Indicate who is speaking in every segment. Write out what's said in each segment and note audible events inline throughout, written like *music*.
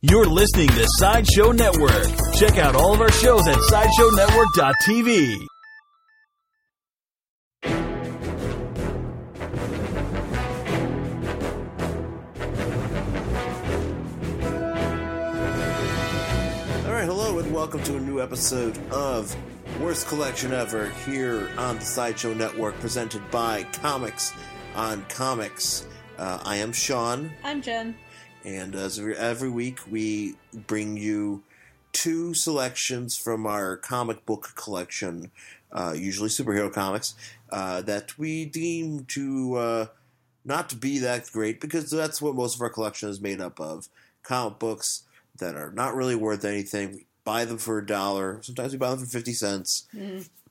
Speaker 1: You're listening to Sideshow Network. Check out all of our shows at SideshowNetwork.tv.
Speaker 2: All right, hello, and welcome to a new episode of Worst Collection Ever here on the Sideshow Network, presented by Comics on Comics. Uh, I am Sean,
Speaker 3: I'm Jen.
Speaker 2: and as every- every week, we bring you two selections from our comic book collection, uh, usually superhero comics, uh, that we deem to uh, not to be that great because that's what most of our collection is made up of comic books that are not really worth anything. We buy them for a dollar, sometimes we buy them for 50 cents.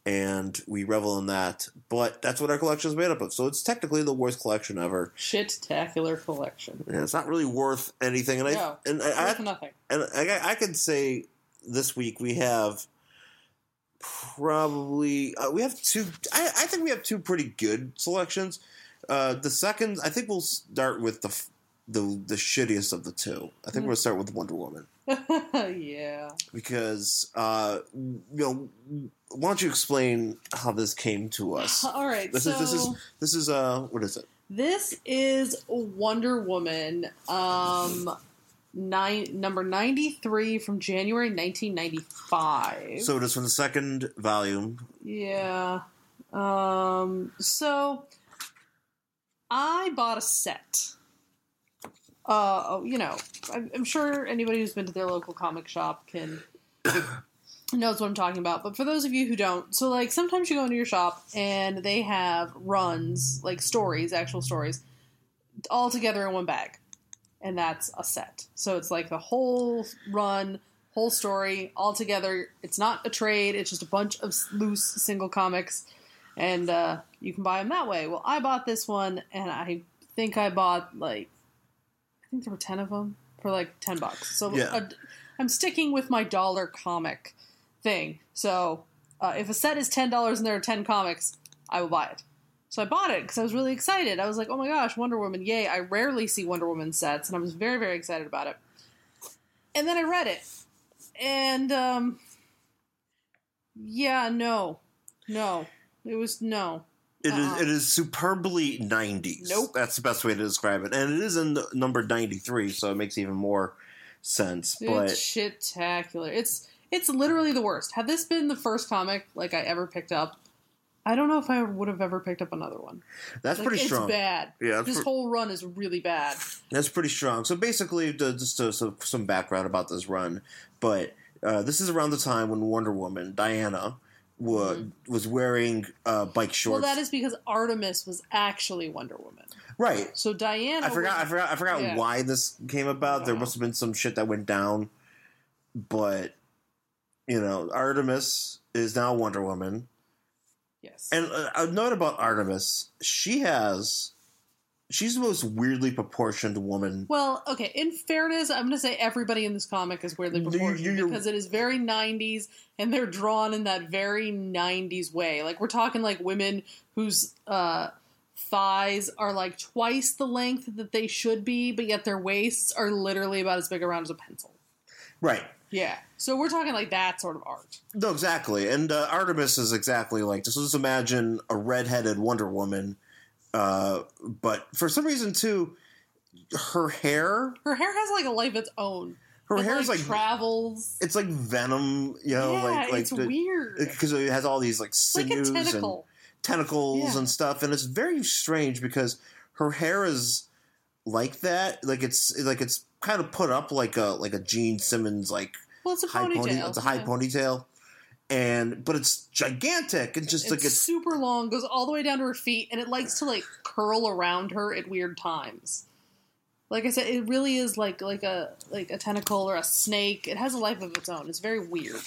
Speaker 2: And we revel in that, but that's what our collection is made up of. So it's technically the worst collection ever.
Speaker 3: Shit-tacular collection.
Speaker 2: And it's not really worth anything. And I
Speaker 3: No,
Speaker 2: and I, I
Speaker 3: Worth
Speaker 2: have to
Speaker 3: nothing. *laughs*
Speaker 2: and I, I could say this week we have probably uh, we have two. I, I think we have two pretty good selections. Uh, the second, I think we'll start with the f- the the shittiest of the two. I think
Speaker 3: Mm.
Speaker 2: we'll start with Wonder Woman
Speaker 3: yeah.
Speaker 2: because uh, you know why don't you explain how this came to us?
Speaker 3: All right.
Speaker 2: This
Speaker 3: so
Speaker 2: is this is this is uh what is it?
Speaker 3: this is Wonder Woman, um, nine number ninety-three from January nineteen ninety-five.
Speaker 2: So it is from the second volume.
Speaker 3: Yeah. Um, so I bought a set. Uh, oh, you know, I'm, I'm sure anybody who's been to their local comic shop can *coughs* knows what I'm talking about. But for those of you who don't, so like sometimes you go into your shop and they have runs, like stories, actual stories, all together in one bag, and that's a set. So it's like the whole run whole story all together. It's not a trade. It's just a bunch of s- loose single comics, and uh, you can buy them that way. Well, I bought this one, and I think I bought like I think there were ten of them for like ten bucks. So
Speaker 2: Yeah.
Speaker 3: i I'm sticking with my dollar comic thing. So uh, if a set is ten dollars and there are ten comics, I will buy it. So I bought it because I was really excited. I was like, "Oh my gosh, Wonder Woman! Yay!" I rarely see Wonder Woman sets, and I was very, very excited about it. And then I read it, and um yeah no no it was no
Speaker 2: It is
Speaker 3: Uh-uh.
Speaker 2: it is superbly nineties.
Speaker 3: Nope.
Speaker 2: that's the best way to describe it, and it is in the number ninety three, so it makes even more sense.
Speaker 3: it's shit-tacular it's it's literally the worst had this been the first comic like i ever picked up i don't know if i would have ever picked up another one
Speaker 2: But that's
Speaker 3: Like,
Speaker 2: pretty
Speaker 3: it's
Speaker 2: strong.
Speaker 3: bad
Speaker 2: Yeah, that's,
Speaker 3: this
Speaker 2: pre-
Speaker 3: whole run is really bad
Speaker 2: that's pretty strong. So basically, to, just to, so, some background about this run, but uh, this is around the time when Wonder Woman Diana wa- was wearing uh, bike shorts.
Speaker 3: Mm-hmm. well that is because artemis was actually wonder woman
Speaker 2: right.
Speaker 3: so diana
Speaker 2: I forgot. I
Speaker 3: was-
Speaker 2: forgot. I forgot
Speaker 3: Yeah. Uh-huh.
Speaker 2: why this came about. There
Speaker 3: Wow.
Speaker 2: must have been some shit that went down, but you know, Artemis is now Wonder Woman,
Speaker 3: yes
Speaker 2: and uh, a note about Artemis: she has, she's the most weirdly proportioned woman.
Speaker 3: Well, okay. In fairness, I'm going to say everybody in this comic is weirdly
Speaker 2: You-
Speaker 3: proportioned
Speaker 2: you- you're-
Speaker 3: because it is very 90s, and they're drawn in that very 90s way. Like we're talking like women whose uh, thighs are like twice the length that they should be, but yet their waists are literally about as big around as a pencil.
Speaker 2: Right.
Speaker 3: Yeah. So we're talking like that sort of art.
Speaker 2: No, exactly. And uh, Artemis is exactly like this. Let's imagine a redheaded Wonder Woman, uh, but for some reason too, her hair,
Speaker 3: Her hair has like a life of its own.
Speaker 2: her
Speaker 3: It,
Speaker 2: hair is like.
Speaker 3: travels.
Speaker 2: it's like venom, you know,
Speaker 3: yeah,
Speaker 2: like like
Speaker 3: it's
Speaker 2: the-
Speaker 3: weird. It's
Speaker 2: because it has all these like
Speaker 3: like a
Speaker 2: sinews and
Speaker 3: tentacle.
Speaker 2: tentacles
Speaker 3: Yeah.
Speaker 2: and stuff, and it's very strange because her hair is like that, like it's like it's kind of put up like a like a Gene Simmons like
Speaker 3: Well, it's a
Speaker 2: high
Speaker 3: ponytail.
Speaker 2: pony, it's a high
Speaker 3: yeah.
Speaker 2: ponytail, and but it's gigantic and just
Speaker 3: It's,
Speaker 2: like it's
Speaker 3: super long, goes all the way down to her feet, and it likes to like curl around her at weird times. Like I said, it really is like like a like a tentacle or a snake. It has a life of its own. It's very weird.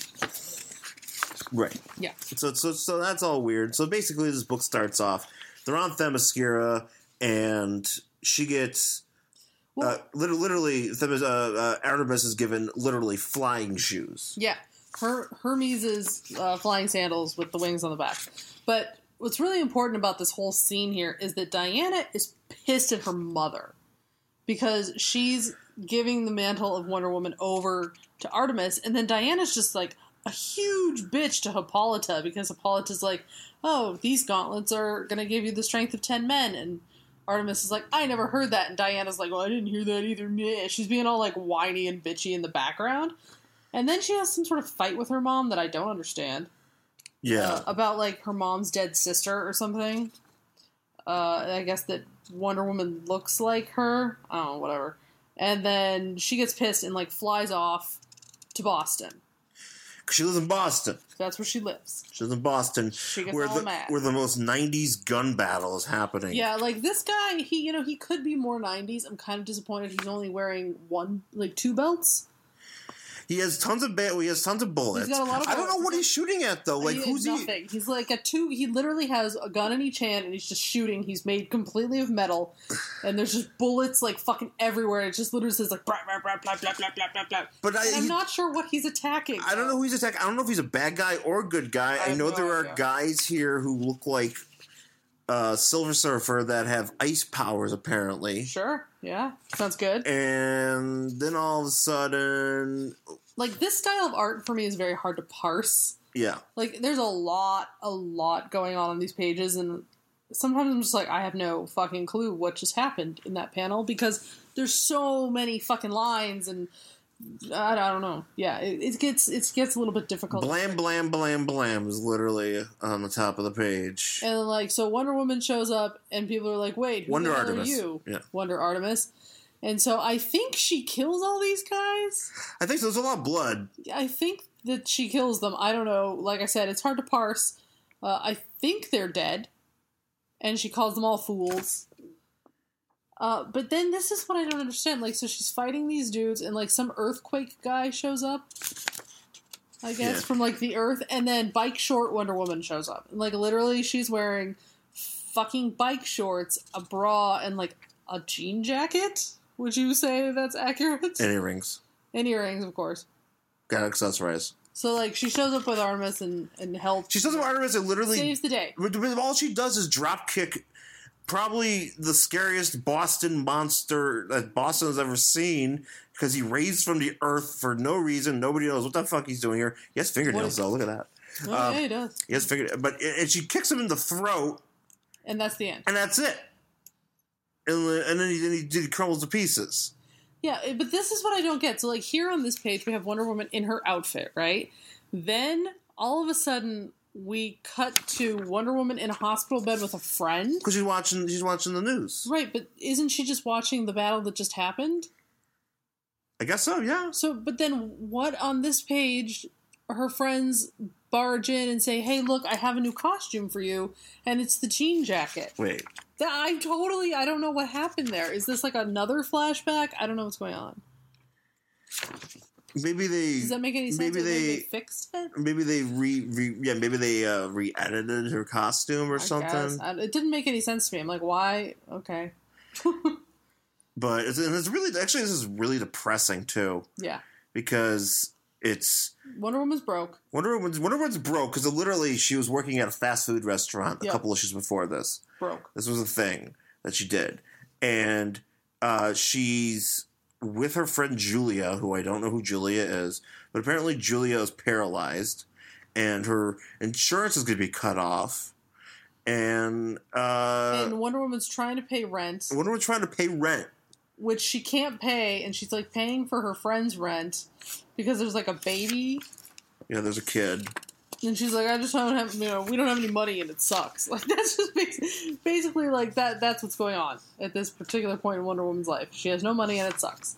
Speaker 2: right,
Speaker 3: Yeah.
Speaker 2: So so so that's all weird. So basically, this book starts off. They're on Themyscira, and she gets.
Speaker 3: Well,
Speaker 2: Uh, lit- literally, Themis- uh, uh, Artemis is given literally flying shoes.
Speaker 3: yeah, her Hermes's uh, flying sandals with the wings on the back. But what's really important about this whole scene here is that Diana is pissed at her mother because she's giving the mantle of Wonder Woman over to Artemis, and then Diana's just like a huge bitch to Hippolyta because Hippolyta's like, "Oh, these gauntlets are gonna give you the strength of ten men," and Artemis is like, "I never heard that," and Diana's like, "Well, I didn't hear that either." Meh. She's being all like whiny and bitchy in the background, and then she has some sort of fight with her mom that I don't understand
Speaker 2: Yeah.
Speaker 3: uh, about like her mom's dead sister or something. Uh, I guess that Wonder Woman looks like her. I don't know, whatever. And then she gets pissed and like flies off to Boston.
Speaker 2: 'Cause she lives in Boston.
Speaker 3: That's where she lives.
Speaker 2: She lives in Boston,
Speaker 3: She gets
Speaker 2: where
Speaker 3: all
Speaker 2: the
Speaker 3: mad.
Speaker 2: where the most '90s gun battle is happening.
Speaker 3: Yeah, like this guy, he you know he could be more '90s. I'm kind of disappointed he's only wearing one, like two belts.
Speaker 2: He has tons of ba- he has tons of bullets.
Speaker 3: He's got a lot of
Speaker 2: I don't know
Speaker 3: bullets.
Speaker 2: what he's shooting at though. Like
Speaker 3: He-
Speaker 2: who's he?
Speaker 3: nothing. He's like a two. He literally has a gun in each hand and he's just shooting. He's made completely of metal, and there's just bullets like fucking everywhere. It just literally says like blah blah blah blah blah blah blah blah blah.
Speaker 2: But I
Speaker 3: And I'm
Speaker 2: he-
Speaker 3: not sure what he's attacking.
Speaker 2: I don't know who he's attacking. I don't know if he's a bad guy or a good guy.
Speaker 3: I
Speaker 2: I,
Speaker 3: have
Speaker 2: know
Speaker 3: no
Speaker 2: there
Speaker 3: idea.
Speaker 2: are guys here who look like uh, Silver Surfer that have ice powers apparently.
Speaker 3: Sure. Yeah. Sounds
Speaker 2: Eh.
Speaker 3: good.
Speaker 2: And then all of a sudden,
Speaker 3: Like this style of art for me is very hard to parse.
Speaker 2: yeah,
Speaker 3: Like there's a lot, a lot going on on these pages, and sometimes I'm just like, I have no fucking clue what just happened in that panel because there's so many fucking lines and. I I don't know. Yeah, it, it gets it gets a little bit difficult.
Speaker 2: blam blam blam blam is literally on the top of the page.
Speaker 3: And like, so Wonder Woman shows up, and people are like, "Wait, who
Speaker 2: Wonder
Speaker 3: the hell
Speaker 2: Artemis.
Speaker 3: are you?"
Speaker 2: Yeah.
Speaker 3: Wonder Artemis. And so I think she kills all these guys.
Speaker 2: I think so. There's a lot of blood.
Speaker 3: I think that she kills them. I don't know. Like I said, it's hard to parse. Uh, I think they're dead, and she calls them all fools. Uh, but then this is what I don't understand. Like, so she's fighting these dudes, and like some earthquake guy shows up. I guess
Speaker 2: Yeah.
Speaker 3: from like the earth, and then bike short Wonder Woman shows up. And, like literally, she's wearing fucking bike shorts, a bra, and like a jean jacket. Would you say that's accurate?
Speaker 2: And earrings.
Speaker 3: and earrings, of course.
Speaker 2: Got to accessorize.
Speaker 3: So like she shows up with Artemis and and helps.
Speaker 2: She says Artemis and literally
Speaker 3: saves the day.
Speaker 2: But- but all she does is drop kick probably the scariest Boston monster that Boston has ever seen because he raised from the earth for no reason. Nobody knows what the fuck he's doing here. He has
Speaker 3: What
Speaker 2: fingernails
Speaker 3: is-
Speaker 2: though. Look at that.
Speaker 3: Oh,
Speaker 2: Um,
Speaker 3: yeah, he does.
Speaker 2: He has fingernails. But and she kicks him in the throat,
Speaker 3: And that's the end.
Speaker 2: and that's it. And, then- and then he, then he did crumbles to pieces.
Speaker 3: Yeah, it- but this is what I don't get. So like here on this page we have Wonder Woman in her outfit, right? Then all of a sudden we cut to Wonder Woman in a hospital bed with a friend.
Speaker 2: Because she's watching, she's watching the news.
Speaker 3: Right, but isn't she just watching the battle that just happened?
Speaker 2: I guess so. Yeah.
Speaker 3: So, but then what on this page? Her friends barge in and say, "Hey, look, I have a new costume for you, and it's the jean jacket."
Speaker 2: Wait.
Speaker 3: That- I totally I don't know what happened there. Is this like another flashback? I don't know what's going on.
Speaker 2: Maybe they.
Speaker 3: Does that make any sense?
Speaker 2: Maybe
Speaker 3: Or they,
Speaker 2: they-
Speaker 3: fixed it.
Speaker 2: maybe they re, re yeah maybe they uh, re-edited her costume or
Speaker 3: I
Speaker 2: something
Speaker 3: guess. I- It didn't make any sense to me. I'm like, why? Okay,
Speaker 2: but it's, and it's really actually this is really depressing too
Speaker 3: yeah.
Speaker 2: because it's
Speaker 3: Wonder Woman's broke.
Speaker 2: Wonder Woman's Wonder Woman's broke because literally she was working at a fast food restaurant a
Speaker 3: Yeah.
Speaker 2: couple issues before this.
Speaker 3: Broke.
Speaker 2: This was a thing that she did, and uh, she's with her friend Julia, who I don't know who Julia is, but apparently Julia is paralyzed, and her insurance is going to be cut off, and uh,
Speaker 3: and Wonder Woman's trying to pay rent,
Speaker 2: Wonder Woman's trying to pay rent.
Speaker 3: which she can't pay, and she's like paying for her friend's rent because there's like a baby,
Speaker 2: You know, there's a kid.
Speaker 3: and she's like, I just don't have, you know, we don't have any money, and it sucks. *laughs* Like that's just basically, basically like that. That's what's going on at this particular point in Wonder Woman's life. She has no money, and it sucks.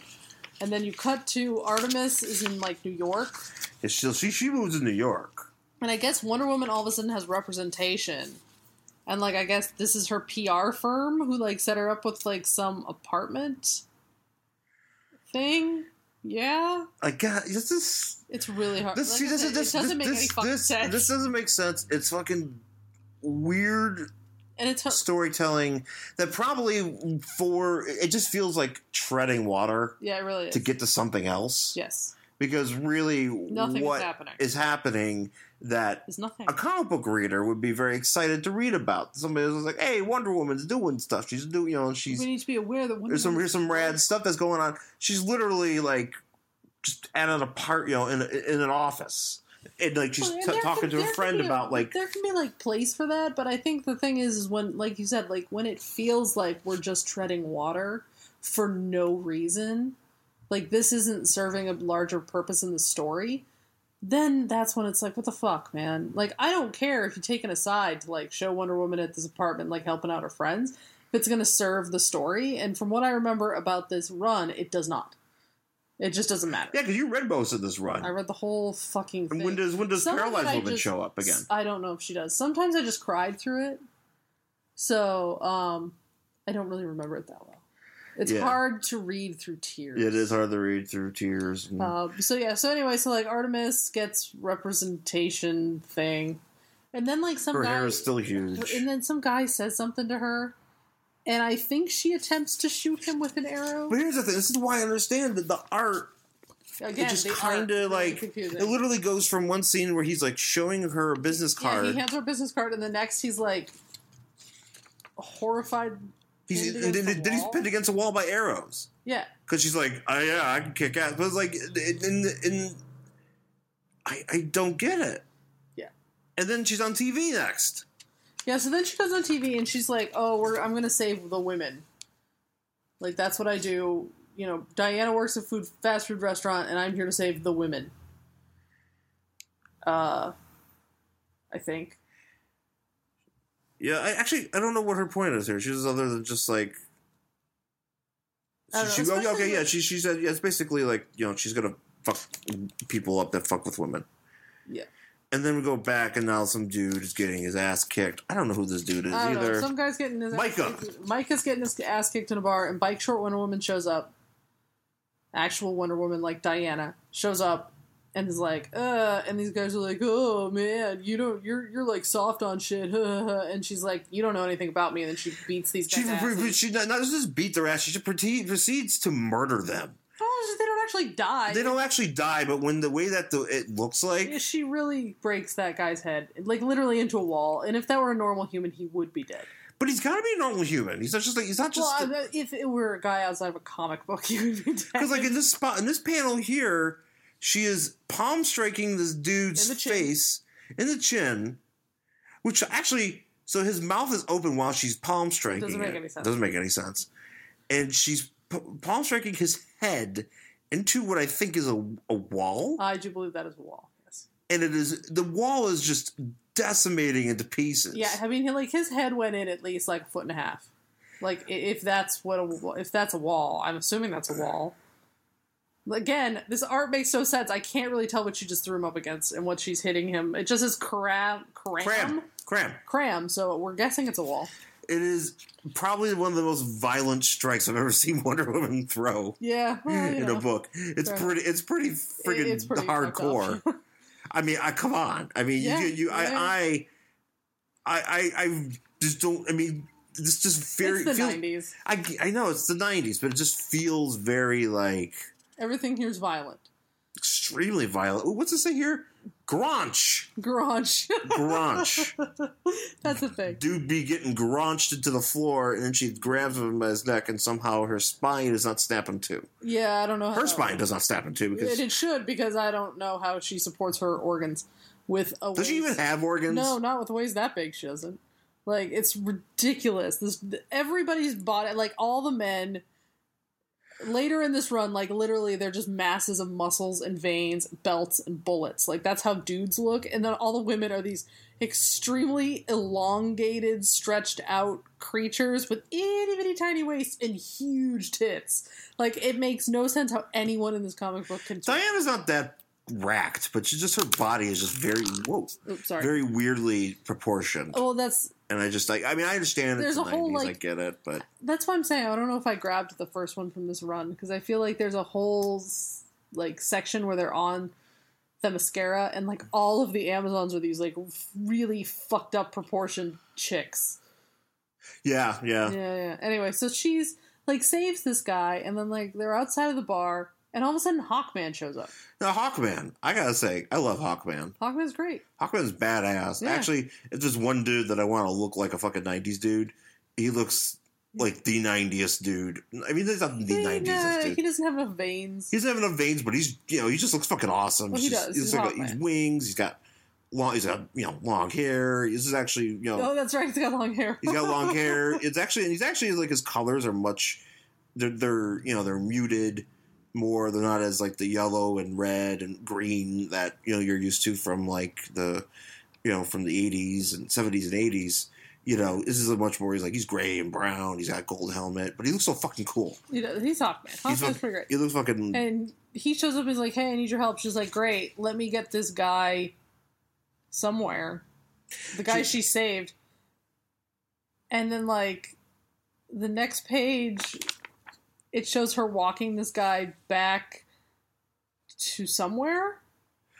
Speaker 3: And then you cut to Artemis is in like New York,
Speaker 2: And she she, she moves to New York.
Speaker 3: and I guess Wonder Woman all of a sudden has representation, and like I guess this is her PR firm who like set her up with like some apartment thing. Yeah,
Speaker 2: I got this is
Speaker 3: it's really hard.
Speaker 2: this
Speaker 3: Like
Speaker 2: see,
Speaker 3: I
Speaker 2: this
Speaker 3: said,
Speaker 2: is this
Speaker 3: it
Speaker 2: this,
Speaker 3: doesn't make any
Speaker 2: this,
Speaker 3: fucking
Speaker 2: this,
Speaker 3: sense,
Speaker 2: this doesn't make sense. It's fucking weird
Speaker 3: and it's
Speaker 2: storytelling that probably for it just feels like treading water
Speaker 3: yeah, it really is.
Speaker 2: to get to something else.
Speaker 3: yes,
Speaker 2: because really,
Speaker 3: Nothing is
Speaker 2: what
Speaker 3: happening.
Speaker 2: is happening that
Speaker 3: There's nothing.
Speaker 2: a comic book reader would be very excited to read about? Somebody was like, "Hey, Wonder Woman's doing stuff. She's doing, you know, and she's
Speaker 3: we need to be aware that Wonder
Speaker 2: there's some
Speaker 3: Woman-
Speaker 2: here's some rad stuff that's going on. She's literally like just at an apart, you know, in a, in an office, and like she's
Speaker 3: Well, and
Speaker 2: t-
Speaker 3: there
Speaker 2: talking
Speaker 3: can-
Speaker 2: to
Speaker 3: there
Speaker 2: a
Speaker 3: can
Speaker 2: friend
Speaker 3: be
Speaker 2: about like
Speaker 3: there can be like place for that, but I think the thing is, is when like you said, like when it feels like we're just treading water for no reason, like this isn't serving a larger purpose in the story. Then that's when it's like, what the fuck, man? Like, I don't care if you take an aside to like show Wonder Woman at this apartment, like helping out her friends, if it's going to serve the story. And from what I remember about this run, it does not. It just doesn't matter.
Speaker 2: yeah, because you read most of this run.
Speaker 3: I read the whole fucking thing.
Speaker 2: and when does when does
Speaker 3: Some of it
Speaker 2: paralyzed
Speaker 3: I
Speaker 2: woman
Speaker 3: just-
Speaker 2: show up again?
Speaker 3: S- I don't know if she does. Sometimes I just cried through it. So, um, I don't really remember it that well. It's
Speaker 2: Yeah.
Speaker 3: hard to read through tears.
Speaker 2: It is hard to read through tears. and-
Speaker 3: Um, so yeah, so anyway, so like Artemis gets representation thing. And then like some
Speaker 2: her
Speaker 3: guy
Speaker 2: hair is still huge.
Speaker 3: and then some guy says something to her and I think she attempts to shoot him with an arrow.
Speaker 2: But here's the thing. This is why I understand that the art
Speaker 3: Again,
Speaker 2: it just
Speaker 3: they are
Speaker 2: kind
Speaker 3: really
Speaker 2: of like
Speaker 3: confusing.
Speaker 2: it literally goes from one scene where he's like showing her a business
Speaker 3: Yeah,
Speaker 2: card.
Speaker 3: he hands her a business card, and the next he's like horrified.
Speaker 2: he's
Speaker 3: pinned
Speaker 2: and then,
Speaker 3: against the
Speaker 2: then he's
Speaker 3: wall.
Speaker 2: pinned against a wall by arrows.
Speaker 3: Yeah,
Speaker 2: because she's like, oh, yeah, I can kick ass. But it's like, and, and, and I, I don't get it.
Speaker 3: Yeah.
Speaker 2: And then she's on TV next.
Speaker 3: yeah. So then she goes on TV, and she's like, "Oh, we're I'm gonna save the women. Like that's what I do. You know, Diana works at food fast food restaurant, and I'm here to save the women. Uh, I think.
Speaker 2: Yeah, I actually I don't know what her point is here. She's other than just like.
Speaker 3: I don't
Speaker 2: She, she- oh, yeah,
Speaker 3: know, especially
Speaker 2: okay, yeah.
Speaker 3: with-
Speaker 2: She she said yeah, it's basically like you know she's gonna fuck people up that fuck with women.
Speaker 3: Yeah.
Speaker 2: And then we go back, and now some dude is getting his ass kicked. I don't know who this dude is
Speaker 3: I don't
Speaker 2: either.
Speaker 3: know. Some guy's getting his
Speaker 2: Micah.
Speaker 3: Ass kicked, Micah's getting his ass kicked in a bar, and Bike Short Wonder Woman shows up. Actual Wonder Woman, like Diana, shows up and is like, "Uh," and these guys are like, "Oh man, you don't, you're you're like soft on shit," *laughs* and she's like, "You don't know anything about me," and then she beats these
Speaker 2: she
Speaker 3: guys. asses.
Speaker 2: she not, not just beat their ass. She just proceed, proceeds to murder them.
Speaker 3: Oh, they don't actually die.
Speaker 2: they don't actually die, but when the way that the it looks like,
Speaker 3: She really breaks that guy's head, like literally into a wall. And if that were a normal human, he would be dead.
Speaker 2: but he's got to be a normal human. He's not just like he's not just
Speaker 3: well, I- if it were a guy outside of a comic book, *laughs* he would be dead.
Speaker 2: because like in this spot in this panel here, she is palm striking this dude's
Speaker 3: In the chin.
Speaker 2: face in the chin, which actually so his mouth is open while she's palm striking.
Speaker 3: Doesn't make
Speaker 2: it.
Speaker 3: any sense.
Speaker 2: Doesn't make any sense, and she's p- palm striking his head into what I think is a, a wall,
Speaker 3: I do believe that is a wall. Yes.
Speaker 2: and it is the wall is just decimating into pieces.
Speaker 3: Yeah, I mean, he- like his head went in at least like a foot and a half. Like i- if that's what a, if that's a wall, I'm assuming that's a wall. Again, this art makes no sense. I can't really tell what she just threw him up against and what she's hitting him. It just is cram, cram,
Speaker 2: cram, cram.
Speaker 3: cram, So we're guessing it's a wall.
Speaker 2: It is probably one of the most violent strikes I've ever *laughs* seen Wonder Woman throw *laughs*
Speaker 3: Yeah, well, you
Speaker 2: in
Speaker 3: know,
Speaker 2: a book. It's
Speaker 3: Fair
Speaker 2: pretty. It's pretty friggin'
Speaker 3: it- it's pretty fucked *laughs*
Speaker 2: hardcore.
Speaker 3: up.
Speaker 2: I mean, I come on. I mean,
Speaker 3: Yeah,
Speaker 2: you, you, I,
Speaker 3: yeah.
Speaker 2: I, I, I, I just don't. I mean, this just very.
Speaker 3: it's the
Speaker 2: feels,
Speaker 3: '90s.
Speaker 2: I, I know it's the '90s, but it just feels very like
Speaker 3: Everything here's violent.
Speaker 2: extremely violent. Ooh, what's this thing here? Grunch,
Speaker 3: Garage. *laughs*
Speaker 2: grunch.
Speaker 3: that's the thing.
Speaker 2: dude be getting graunched into the floor, and then she grabs him by his neck, and somehow her spine does not snap in two.
Speaker 3: Yeah, I don't know. how
Speaker 2: Her
Speaker 3: that
Speaker 2: spine does not snap in two because
Speaker 3: And Oh. it should because I don't know how she supports her organs with a.
Speaker 2: does she
Speaker 3: waist-
Speaker 2: even have organs?
Speaker 3: No, not with a waist that big. She doesn't. Like it's ridiculous. This everybody's body, like all the men. Later in this run, like literally, they're just masses of muscles and veins, belts and bullets. Like that's how dudes look, and then all the women are these extremely elongated, stretched out creatures with itty bitty tiny waists and huge tits. Like it makes no sense how anyone in this comic book can.
Speaker 2: Diana's not that racked, but she just her body is just very whoa,
Speaker 3: Oops, Oh, sorry.
Speaker 2: very weirdly proportioned.
Speaker 3: well, that's
Speaker 2: And I just like I mean I understand it's
Speaker 3: There's
Speaker 2: the
Speaker 3: a whole,
Speaker 2: 90s, I
Speaker 3: like-
Speaker 2: get it, but
Speaker 3: that's why I'm saying I don't know if I grabbed the first one from this run because I feel like there's a whole s- like section where they're on the mascara and like all of the Amazons are these like really fucked up proportioned chicks.
Speaker 2: yeah, yeah.
Speaker 3: Yeah, yeah. Anyway, so she's like saves this guy and then like they're outside of the bar And all of a sudden, Hawkman shows up.
Speaker 2: Now, Hawkman, I gotta say, I love Hawkman.
Speaker 3: Hawkman's great.
Speaker 2: Hawkman's badass.
Speaker 3: Yeah.
Speaker 2: Actually, it's just one dude that I want to look like a fucking 90s dude. He looks like the 90s dude. I mean, there's not the
Speaker 3: He,
Speaker 2: 90s
Speaker 3: uh,
Speaker 2: dude.
Speaker 3: he doesn't have enough veins.
Speaker 2: He doesn't have enough veins, but he's you know he just looks fucking awesome.
Speaker 3: Well, he
Speaker 2: he's just,
Speaker 3: does.
Speaker 2: He's,
Speaker 3: He's
Speaker 2: like
Speaker 3: Hawkman.
Speaker 2: he's wings. He's got long. He's got you know long hair. This is actually you know
Speaker 3: oh, that's right. He's got long hair.
Speaker 2: he's got long hair. It's actually and he's actually like his colors are much. They're they're you know they're muted more. They're not as like the yellow and red and green that you know you're used to from like the you know from the 80s and 70s and 80s. You know this is a much more. He's like he's gray and brown. He's got a gold helmet, but he looks so fucking cool.
Speaker 3: *laughs* He does- he's Hawkman. Hawkman's
Speaker 2: fucking-
Speaker 3: pretty great.
Speaker 2: He looks fucking
Speaker 3: And he shows up and is like, hey, I need your help. She's like, great. Let me get this guy somewhere. The guy she, saved. And then, like, the next page, it shows her walking this guy back to somewhere?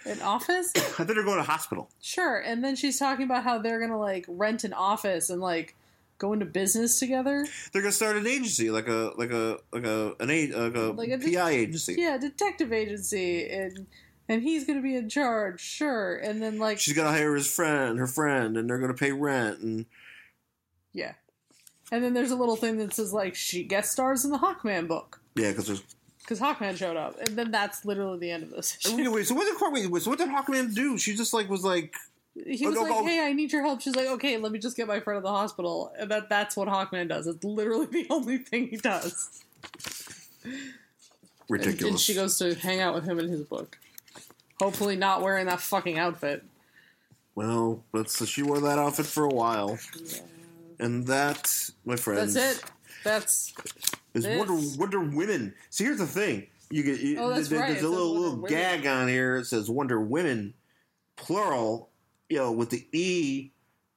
Speaker 3: An office?
Speaker 2: I think they're going to hospital.
Speaker 3: sure. And then she's talking about how they're going to, like, rent an office and, like, go into business together.
Speaker 2: They're gonna start an agency, like a like a like a an a, like a
Speaker 3: Like a-
Speaker 2: PI agency.
Speaker 3: Yeah, detective agency. And. And he's gonna be in charge, sure. And then like
Speaker 2: She's gonna hire his friend, her friend, and they're gonna pay rent. And
Speaker 3: Yeah. And then there's a little thing that says like she guest stars in the Hawkman book
Speaker 2: yeah, because
Speaker 3: *laughs*
Speaker 2: there's.
Speaker 3: because Hawkman showed up, and then that's literally the end of this.
Speaker 2: I mean, wait, so what did Hawkman? Wait, so what did Hawkman do? She just like was like,
Speaker 3: he was
Speaker 2: oh,
Speaker 3: like,
Speaker 2: oh.
Speaker 3: "Hey, I need your help." She's like, "Okay, let me just get my friend to the hospital." And that that's what Hawkman does. It's literally *laughs* the only thing he does. And-
Speaker 2: ridiculous.
Speaker 3: And she goes to hang out with him in his book. Hopefully, not wearing that fucking outfit.
Speaker 2: well, but so she wore that outfit for a while, and that, my friends,
Speaker 3: That's it. That's
Speaker 2: is
Speaker 3: This.
Speaker 2: Wonder Wonder Women. See, here's the thing: you get you,
Speaker 3: Oh, that's
Speaker 2: there-
Speaker 3: right,
Speaker 2: there's
Speaker 3: it
Speaker 2: a
Speaker 3: says
Speaker 2: little
Speaker 3: Wonder
Speaker 2: little
Speaker 3: Women.
Speaker 2: gag on here. It says Wonder Women, plural, you know, with the e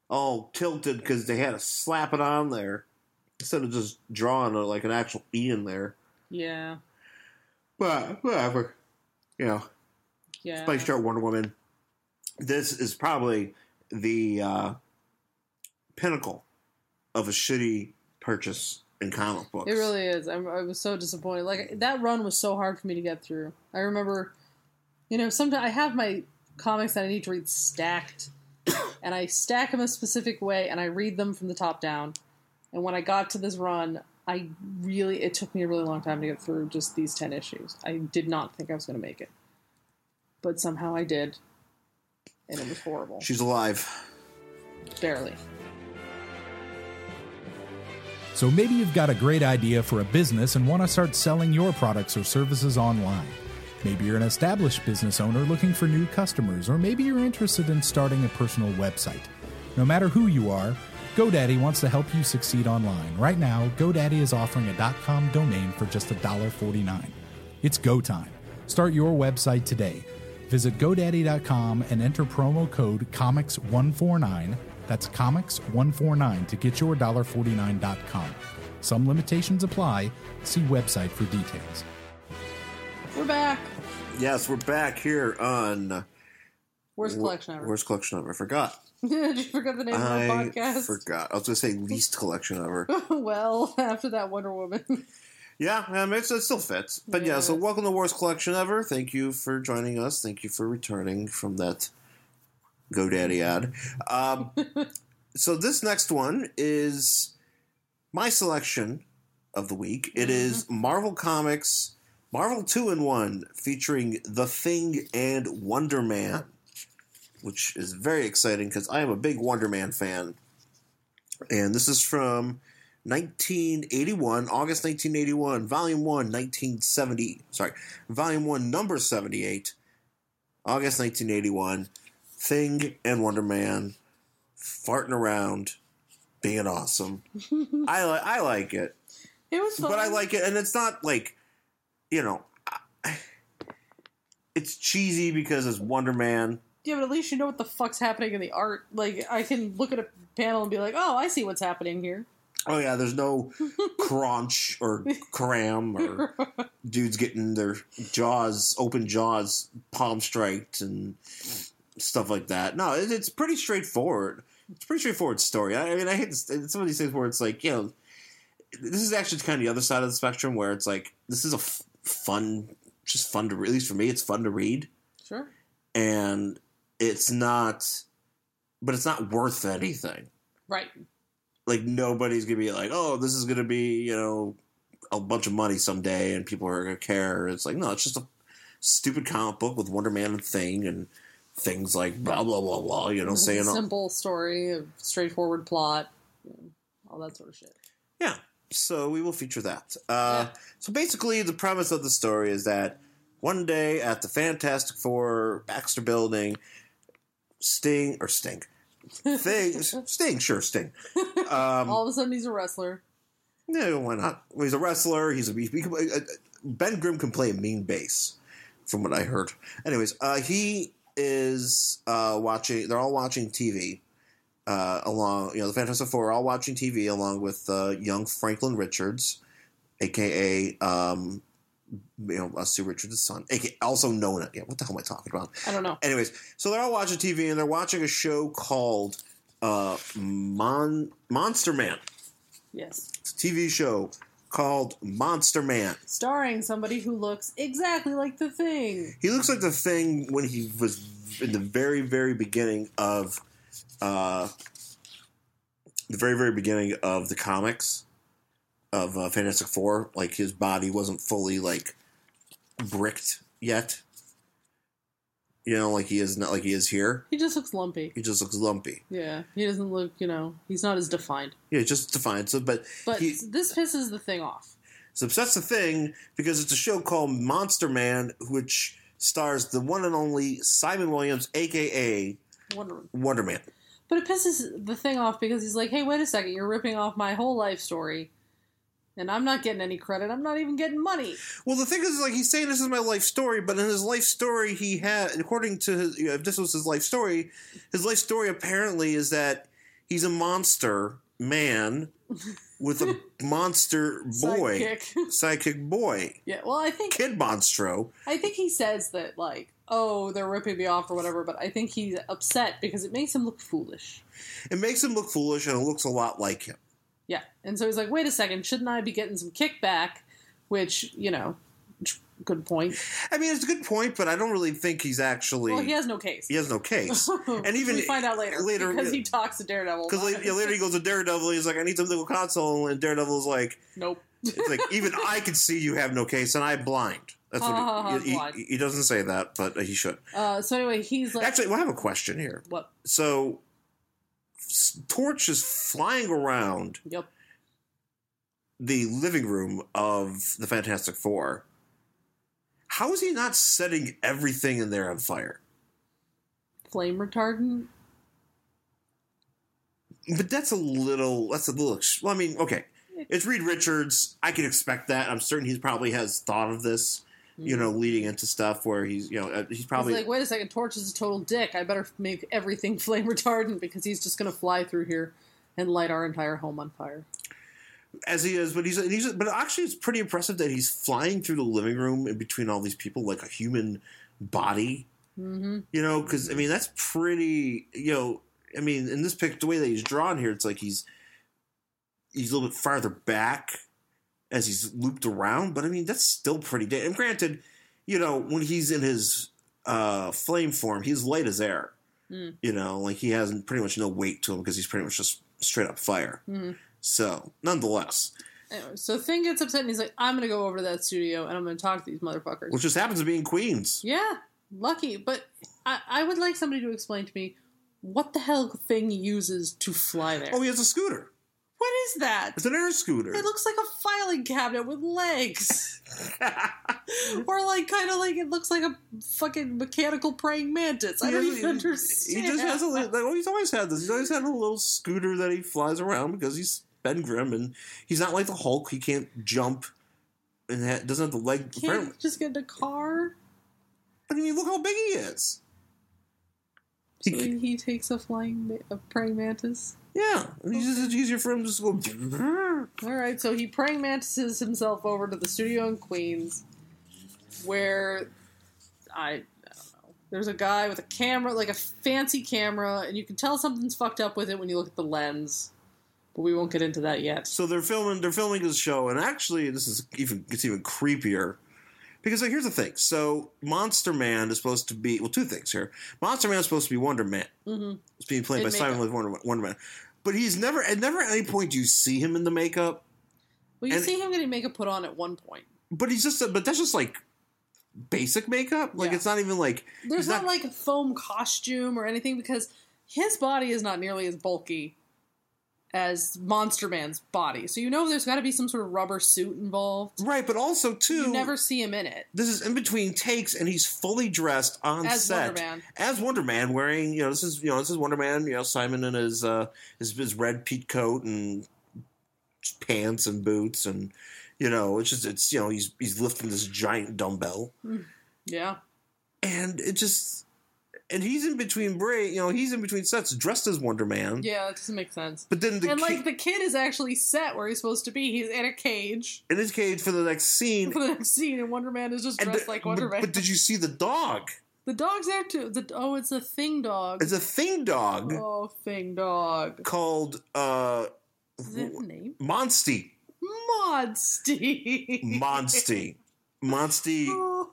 Speaker 2: all tilted because they had to slap it on there instead of just drawing a, like an actual e in there.
Speaker 3: yeah,
Speaker 2: But whatever, you know,
Speaker 3: yeah.
Speaker 2: Spike Chart Wonder Woman. This is probably the uh, pinnacle of a shitty purchase in comic books.
Speaker 3: It really is. I'm, I was so disappointed. Like that run was so hard for me to get through. I remember, you know, sometimes I have my comics that I need to read stacked, *coughs* and I stack them a specific way, and I read them from the top down. And when I got to this run, I really it took me a really long time to get through just these ten issues. I did not think I was going to make it, but somehow I did, and it was horrible.
Speaker 2: She's alive.
Speaker 3: Barely.
Speaker 4: So maybe you've got a great idea for a business and want to start selling your products or services online. Maybe you're an established business owner looking for new customers, or maybe you're interested in starting a personal website. No matter who you are, GoDaddy wants to help you succeed online. Right now, GoDaddy is offering a .com domain for just $1.49. It's go time. Start your website today. Visit GoDaddy.com and enter promo code COMICS149. That's COMICS149 to get your $1.49.com. Some limitations apply. See website for details.
Speaker 3: We're back.
Speaker 2: Yes, we're back here on
Speaker 3: Worst collection ever.
Speaker 2: Worst collection ever. I forgot.
Speaker 3: *laughs* Did you forget the name
Speaker 2: I
Speaker 3: of the podcast?
Speaker 2: forgot. I was going to say least collection
Speaker 3: *laughs*
Speaker 2: ever.
Speaker 3: well, after that Wonder Woman. *laughs*
Speaker 2: yeah, um, it's, it still fits. But yeah.
Speaker 3: Yeah.
Speaker 2: so welcome to Worst Collection Ever. Thank you for joining us. Thank you for returning from that GoDaddy ad. Um, so this next one is my selection of the week. It is Marvel Comics Marvel 2 in 1 featuring The Thing and Wonder Man, which is very exciting because I am a big Wonder Man fan. And this is from 1981, August 1981, Volume 1, 1970. Sorry, Volume 1, number 78, August 1981. Thing and Wonder Man farting around, being awesome. I, li- I like it
Speaker 3: It was fun.
Speaker 2: but I like it, and it's not like you know, I- it's cheesy because it's Wonder Man.
Speaker 3: Yeah, but at least you know what the fuck's happening in the art. Like, I can look at a panel and be like, oh, I see what's happening here.
Speaker 2: Oh yeah, there's no crunch or cram or dudes getting their jaws, open jaws, palm striked and stuff like that. No, it, it's pretty straightforward. It's a pretty straightforward story. I, I mean, I hate this, it's some of these things where it's like you know, this is actually kind of the other side of the spectrum where it's like this is a f- fun just fun to at least for me it's fun to read
Speaker 3: Sure.
Speaker 2: and it's not but it's not worth anything
Speaker 3: Right.
Speaker 2: like nobody's gonna be like, oh, this is gonna be you know a bunch of money someday, and people are gonna care. It's like no, it's just a stupid comic book with Wonder Man and Thing and things like blah blah blah blah. You know, saying all,
Speaker 3: simple story, a straightforward plot, you know, all that sort of shit.
Speaker 2: yeah. So we will feature that. Uh,
Speaker 3: Yeah.
Speaker 2: So basically, the premise of the story is that one day at the Fantastic Four Baxter Building, Sting or Sting.
Speaker 3: *laughs*
Speaker 2: Thing, Sting, sure, Sting. Um,
Speaker 3: all of a sudden, he's a wrestler.
Speaker 2: No, why not? Well, he's a wrestler. He's a he, he, uh, Ben Grimm can play a mean bass, from what I heard. Anyways, uh, he is uh, watching. They're all watching TV. Uh, along, you know, the Fantastic Four are all watching TV along with uh, young Franklin Richards, aka um, you know uh, Sue Richards' son, aka also known. Yeah, what the hell am I talking about?
Speaker 3: I don't know.
Speaker 2: Anyways, so they're all watching TV and they're watching a show called uh, Mon- Monster Man.
Speaker 3: Yes.
Speaker 2: TV show called Monster Man.
Speaker 3: Starring somebody who looks exactly like the thing.
Speaker 2: He looks like the thing when he was in the very, very beginning of uh, the very, very beginning of the comics of uh, Fantastic Four. Like his body wasn't fully like bricked yet. You know, like he is not like he is here.
Speaker 3: He just looks lumpy.
Speaker 2: He just looks lumpy.
Speaker 3: Yeah. He doesn't look, you know, he's not as defined.
Speaker 2: Yeah, just defined. So, but
Speaker 3: But
Speaker 2: he,
Speaker 3: this pisses the thing off.
Speaker 2: So that's the thing because it's a show called Monster Man, which stars the one and only Simon Williams, aka
Speaker 3: Wonder
Speaker 2: Wonder Man.
Speaker 3: But it pisses the thing off because he's like, hey, wait a second, you're ripping off my whole life story. And I'm not getting any credit. I'm not even getting money.
Speaker 2: Well, the thing is, like he's saying this is my life story, but in his life story, he had, according to his, you know, if this was his life story, his life story apparently is that he's a monster
Speaker 3: *laughs*
Speaker 2: man with a monster boy,
Speaker 3: Sidekick. *laughs*
Speaker 2: psychic boy,
Speaker 3: yeah. Well, I think
Speaker 2: kid monstro.
Speaker 3: I think he says that like, oh, they're ripping me off or whatever. But I think he's upset because it makes him look foolish.
Speaker 2: It makes him look foolish, and it looks a lot like him.
Speaker 3: Yeah. And so he's like, wait a second, shouldn't I be getting some kickback? Which you know, good point.
Speaker 2: I mean, it's a good point, but I don't really think he's actually.
Speaker 3: Well, he has no case.
Speaker 2: he has no case. and even
Speaker 3: *laughs* we find out later,
Speaker 2: later
Speaker 3: because he talks to Daredevil.
Speaker 2: because later, yeah, later he goes to Daredevil. He's like, I need some little console, and Daredevil's like,
Speaker 3: *laughs* nope.
Speaker 2: it's like
Speaker 3: *laughs*
Speaker 2: even I can see you have no case, and I'm blind. That's what
Speaker 3: Ah,
Speaker 2: he, he-
Speaker 3: blind.
Speaker 2: he, he doesn't say that, but he should.
Speaker 3: Uh, so anyway, he's like,
Speaker 2: Actually, well, I have a question here.
Speaker 3: what?
Speaker 2: So, S- Torch is flying around
Speaker 3: Yep.
Speaker 2: the living room of the Fantastic Four. How is he not setting everything in there on fire?
Speaker 3: Flame retardant.
Speaker 2: But that's a little. That's a little. ex- Well, I mean, okay, it's Reed Richards. I can expect that. I'm certain he probably has thought of this. You know, leading into stuff where he's, you know, uh, he's probably
Speaker 3: He's like, wait a second, Torch is a total dick. I better make everything *laughs* flame retardant because he's just going to fly through here and light our entire home on fire.
Speaker 2: as he is, but he's, and he's but actually it's pretty impressive that he's flying through the living room in between all these people like a human body,
Speaker 3: hmm
Speaker 2: you know, because I mean that's pretty, you know, I mean in this pic the way that he's drawn here, it's like he's he's a little bit farther back as he's looped around, but I mean that's still pretty. Da- and granted, you know when he's in his uh, flame form, he's light as air,
Speaker 3: Mm.
Speaker 2: you know, like he has pretty much no weight to him because he's pretty much just straight up fire.
Speaker 3: Mhm.
Speaker 2: So nonetheless.
Speaker 3: Anyway, so Thing gets upset and he's like, I'm going to go over to that studio and I'm going to talk to these motherfuckers.
Speaker 2: which just happens to be in Queens.
Speaker 3: yeah, lucky. But I, I would like somebody to explain to me what the hell Thing uses to fly there.
Speaker 2: Oh, he has a scooter.
Speaker 3: What is that?
Speaker 2: It's an air scooter. *laughs*
Speaker 3: It looks like a filing cabinet with legs. or like kind of like it looks like a fucking mechanical praying mantis. I
Speaker 2: He
Speaker 3: don't
Speaker 2: has-
Speaker 3: even understand.
Speaker 2: He just has a little. Like, oh, he's always had this. He's always had a little scooter that he flies around because he's Ben Grimm and he's not like the Hulk. He can't jump and ha- doesn't have the leg.
Speaker 3: Can't
Speaker 2: Apparently,
Speaker 3: just get in a car.
Speaker 2: but I mean, look how big he is.
Speaker 3: So he takes a flying ma- a praying mantis.
Speaker 2: Yeah, and he's just, it's easier for him to just go.
Speaker 3: All right, so he praying mantises himself over to the studio in Queens, where I, I don't know. There's a guy with a camera, like a fancy camera, and you can tell something's fucked up with it when you look at the lens. But we won't get into that yet.
Speaker 2: So they're filming. They're filming his show, and actually, this is even it's even creepier Because here's the thing. So Monster Man is supposed to be well, two things here. Monster Man is supposed to be Wonder Man.
Speaker 3: hmm
Speaker 2: It's being played
Speaker 3: In
Speaker 2: by Simon with
Speaker 3: makeup.
Speaker 2: Wonder, Wonder Man, but he's never at never at any point do you see him in the makeup.
Speaker 3: Well, you
Speaker 2: And-
Speaker 3: see him getting makeup put on at one point.
Speaker 2: But he's just a, but that's just like basic makeup. Like
Speaker 3: Yeah.
Speaker 2: it's not even like
Speaker 3: There's
Speaker 2: He's
Speaker 3: not,
Speaker 2: not-
Speaker 3: like a foam costume or anything because his body is not nearly as bulky as Monster Man's body. So you know there's got to be some sort of rubber suit involved.
Speaker 2: right. But also too,
Speaker 3: You never see him in it
Speaker 2: this is in between takes, and he's fully dressed on
Speaker 3: as
Speaker 2: set
Speaker 3: Wonder Man.
Speaker 2: as Wonder Man, wearing you know this is you know this is Wonder Man. You know Simon in his uh, his, his red peat coat and pants and boots, and you know it's just it's you know he's he's lifting this giant dumbbell,
Speaker 3: Yeah.
Speaker 2: and it just and he's in between break. You know he's in between sets dressed as Wonder Man,
Speaker 3: Yeah, that doesn't make sense.
Speaker 2: but then the
Speaker 3: and
Speaker 2: ki-
Speaker 3: like the kid is actually set where he's supposed to be. He's in a cage *laughs*
Speaker 2: in his cage for the next scene.
Speaker 3: for the next scene, and Wonder Man is just
Speaker 2: and
Speaker 3: dressed
Speaker 2: the-
Speaker 3: like Wonder
Speaker 2: but,
Speaker 3: Man.
Speaker 2: but did you see the dog?
Speaker 3: the dog's there too. The, oh, it's a thing dog.
Speaker 2: It's a thing dog
Speaker 3: Oh, thing dog.
Speaker 2: called uh,
Speaker 3: Is that a name?
Speaker 2: Monsty.
Speaker 3: *laughs* Modsty.
Speaker 2: Monsty. Monsty.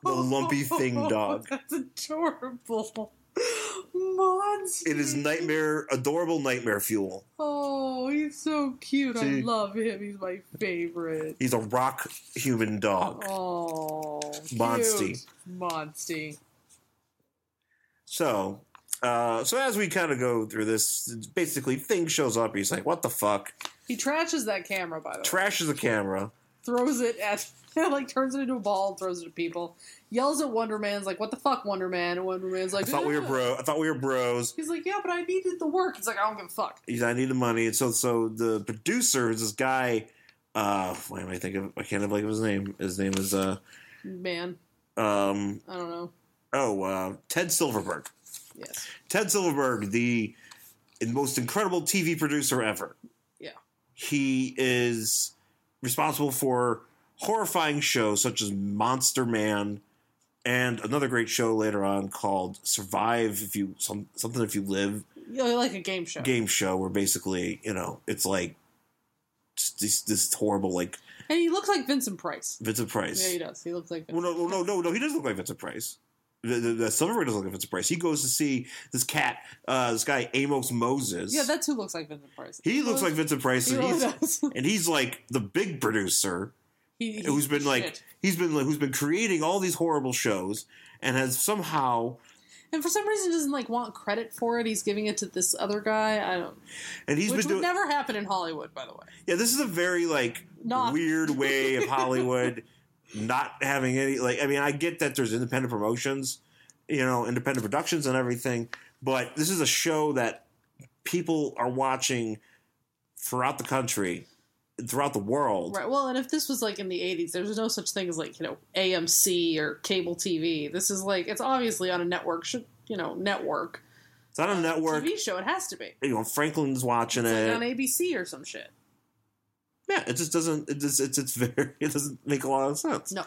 Speaker 2: the lumpy
Speaker 3: *laughs*
Speaker 2: thing dog.
Speaker 3: That's adorable. Monster.
Speaker 2: It is nightmare, adorable nightmare fuel.
Speaker 3: Oh, he's so cute. I
Speaker 2: See?
Speaker 3: love him. He's my favorite.
Speaker 2: He's a rock human dog.
Speaker 3: Oh, cute.
Speaker 2: Monsty.
Speaker 3: Monsty.
Speaker 2: So, uh, so as we kind of go through this, basically, Thing shows up. He's like, "What the fuck?"
Speaker 3: He trashes that camera, by the way.
Speaker 2: Trashes the camera.
Speaker 3: throws it at, *laughs* like, turns it into a ball and throws it at people. Yells at Wonder Man's like, what the fuck, Wonder Man? And Wonder Man's
Speaker 2: I
Speaker 3: like,
Speaker 2: thought we were
Speaker 3: "Ugh."
Speaker 2: bro. I thought we were bros.
Speaker 3: He's like, yeah, but I needed the work. He's like, I don't give a fuck.
Speaker 2: He's, I need the money. And so, so the producer is this guy. Uh, why am I thinking? Of, I can't think of his name. His name is uh,
Speaker 3: Man,
Speaker 2: um,
Speaker 3: I don't know.
Speaker 2: oh, uh, Ted Silverberg.
Speaker 3: Yes.
Speaker 2: Ted Silverberg, the most incredible TV producer ever.
Speaker 3: Yeah.
Speaker 2: He is responsible for horrifying shows such as Monster Man and another great show later on called Survive if you some something if you live
Speaker 3: You know, Like a game show.
Speaker 2: game show where basically, you know, it's like just this, this horrible like
Speaker 3: And he looks like Vincent Price.
Speaker 2: Vincent Price.
Speaker 3: Yeah, he does. He looks like
Speaker 2: Well,
Speaker 3: Vincent.
Speaker 2: no, well, no, no, no. He doesn't look like Vincent Price. The, the, the Silverberg doesn't look like Vincent Price. He goes to see this cat, uh, this guy Amos Moses.
Speaker 3: Yeah, that's who looks like Vincent Price.
Speaker 2: he looks like Vincent Price,
Speaker 3: He
Speaker 2: and
Speaker 3: really
Speaker 2: he's,
Speaker 3: does. *laughs*
Speaker 2: and he's like the big producer
Speaker 3: He- he-
Speaker 2: who's been like
Speaker 3: shit.
Speaker 2: he's been like who's been creating all these horrible shows and has somehow
Speaker 3: and for some reason doesn't like want credit for it. He's giving it to this other guy. I don't.
Speaker 2: and he's
Speaker 3: which
Speaker 2: been doing
Speaker 3: would never happen in Hollywood, by the way.
Speaker 2: yeah. This is a very like
Speaker 3: Not-
Speaker 2: weird way
Speaker 3: *laughs*
Speaker 2: of Hollywood not having any like. I mean, I get that there's independent promotions, you know, independent productions and everything, but this is a show that people are watching throughout the country, throughout the world.
Speaker 3: Right. Well, and if this was like in the '80s, there was no such thing as like you know AMC or cable TV. This is like it's obviously on a network. Should you know network
Speaker 2: It's on a network.
Speaker 3: TV show? It has to be
Speaker 2: You know, Franklin's watching
Speaker 3: It's,
Speaker 2: it.
Speaker 3: like on ABC or some shit.
Speaker 2: yeah, it just doesn't. It just it's it's very. *laughs* It doesn't make a lot of sense.
Speaker 3: No.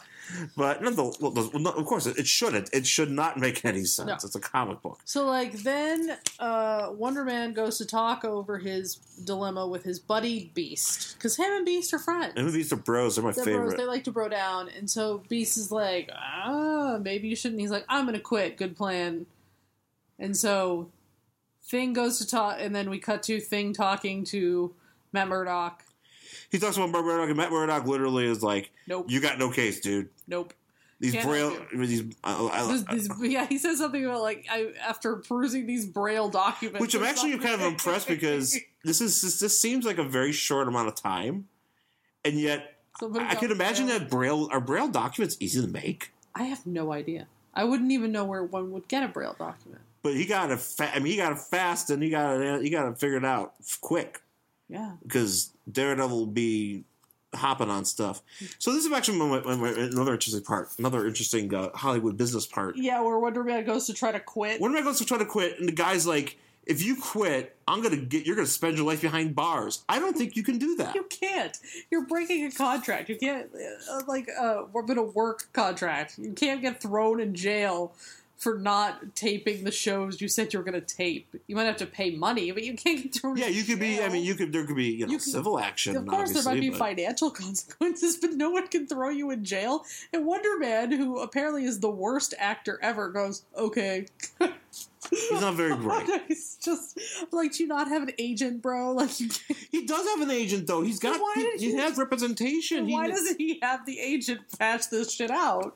Speaker 2: but no, the, well, the, well, no, of course it, it shouldn't. It should not make any sense.
Speaker 3: No.
Speaker 2: It's a comic book.
Speaker 3: So like then uh, Wonder Man goes to talk over his dilemma with his buddy Beast because him and Beast are friends.
Speaker 2: And these are bros. They're my
Speaker 3: They're
Speaker 2: favorite.
Speaker 3: bros. They like to bro down, and so Beast is like, ah, maybe you shouldn't. He's like, I'm gonna quit. Good plan. And so Thing goes to talk, and then we cut to Thing talking to Matt Murdock.
Speaker 2: he talks about Matt Murdock, and Matt Murdock literally is like,
Speaker 3: Nope,
Speaker 2: "You got no case, dude.
Speaker 3: nope.
Speaker 2: These
Speaker 3: Can't
Speaker 2: braille,
Speaker 3: help
Speaker 2: I mean, these, I, I,
Speaker 3: This- this- *laughs* yeah, he says something about like I, after perusing these braille documents,
Speaker 2: which I'm
Speaker 3: or
Speaker 2: actually kind of *laughs*
Speaker 3: something.
Speaker 2: impressed because this is this, this seems like a very short amount of time, and yet
Speaker 3: *laughs* Somebody
Speaker 2: I can
Speaker 3: else
Speaker 2: imagine
Speaker 3: braille.
Speaker 2: that braille are braille documents easy to make.
Speaker 3: I have no idea. I wouldn't even know where one would get a braille document.
Speaker 2: But he got it. Fa- I mean, he got it fast, and he got it. He got it figured out quick
Speaker 3: Yeah,
Speaker 2: because Daredevil will be hopping on stuff. So this is actually my, my, my- another interesting part, another interesting uh, Hollywood business part.
Speaker 3: yeah. Where Wonder Man goes to try to quit.
Speaker 2: One of my goals was try to quit, and the guy's like, "If you quit, I'm gonna get. You're gonna spend your life behind bars. I don't think you can do that."
Speaker 3: You can't. You're breaking a contract. You can't, uh, like, uh, we're going to work contract. You can't get thrown in jail for not taping the shows you said you were going to tape. You might have to pay money, but you can't get thrown.
Speaker 2: Yeah,
Speaker 3: to
Speaker 2: you could be. I
Speaker 3: jail.
Speaker 2: mean, you could. There could be you know
Speaker 3: You could-
Speaker 2: civil action.
Speaker 3: Of course, there might
Speaker 2: obviously,
Speaker 3: be
Speaker 2: but-
Speaker 3: financial *laughs* consequences, but no one can throw you in jail. And Wonder Man, who apparently is the worst actor ever, goes, "Okay, *laughs*
Speaker 2: He's not very bright.
Speaker 3: it's just like, do you not have an agent, bro? *laughs* Like, you can't-
Speaker 2: He does have an agent though. He's got.
Speaker 3: why
Speaker 2: he,
Speaker 3: did
Speaker 2: he
Speaker 3: he-
Speaker 2: has representation. He-
Speaker 3: why doesn't he have the agent patch this shit out?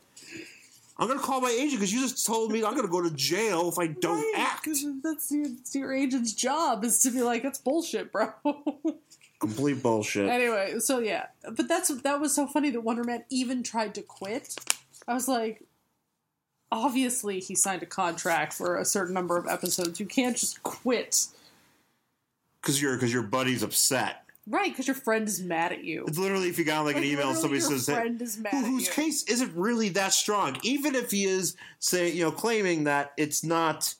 Speaker 2: I'm gonna call my agent because you just told me I'm gonna go to jail if I don't
Speaker 3: Right,
Speaker 2: act.
Speaker 3: 'cause That's your, it's your agent's job is to be like, that's bullshit, bro. *laughs*
Speaker 2: Complete bullshit.
Speaker 3: anyway, so yeah, but that's that was so funny that Wonder Man even tried to quit. I was like, obviously he signed a contract for a certain number of episodes. You can't just quit,
Speaker 2: Because your because your buddy's upset.
Speaker 3: right? Because your friend is mad at you.
Speaker 2: It's literally if you got like, an
Speaker 3: Like,
Speaker 2: email and
Speaker 3: literally
Speaker 2: somebody
Speaker 3: your
Speaker 2: says that
Speaker 3: friend is mad
Speaker 2: who-
Speaker 3: at
Speaker 2: whose
Speaker 3: you.
Speaker 2: case isn't really that strong, even if he is say you know claiming that it's not.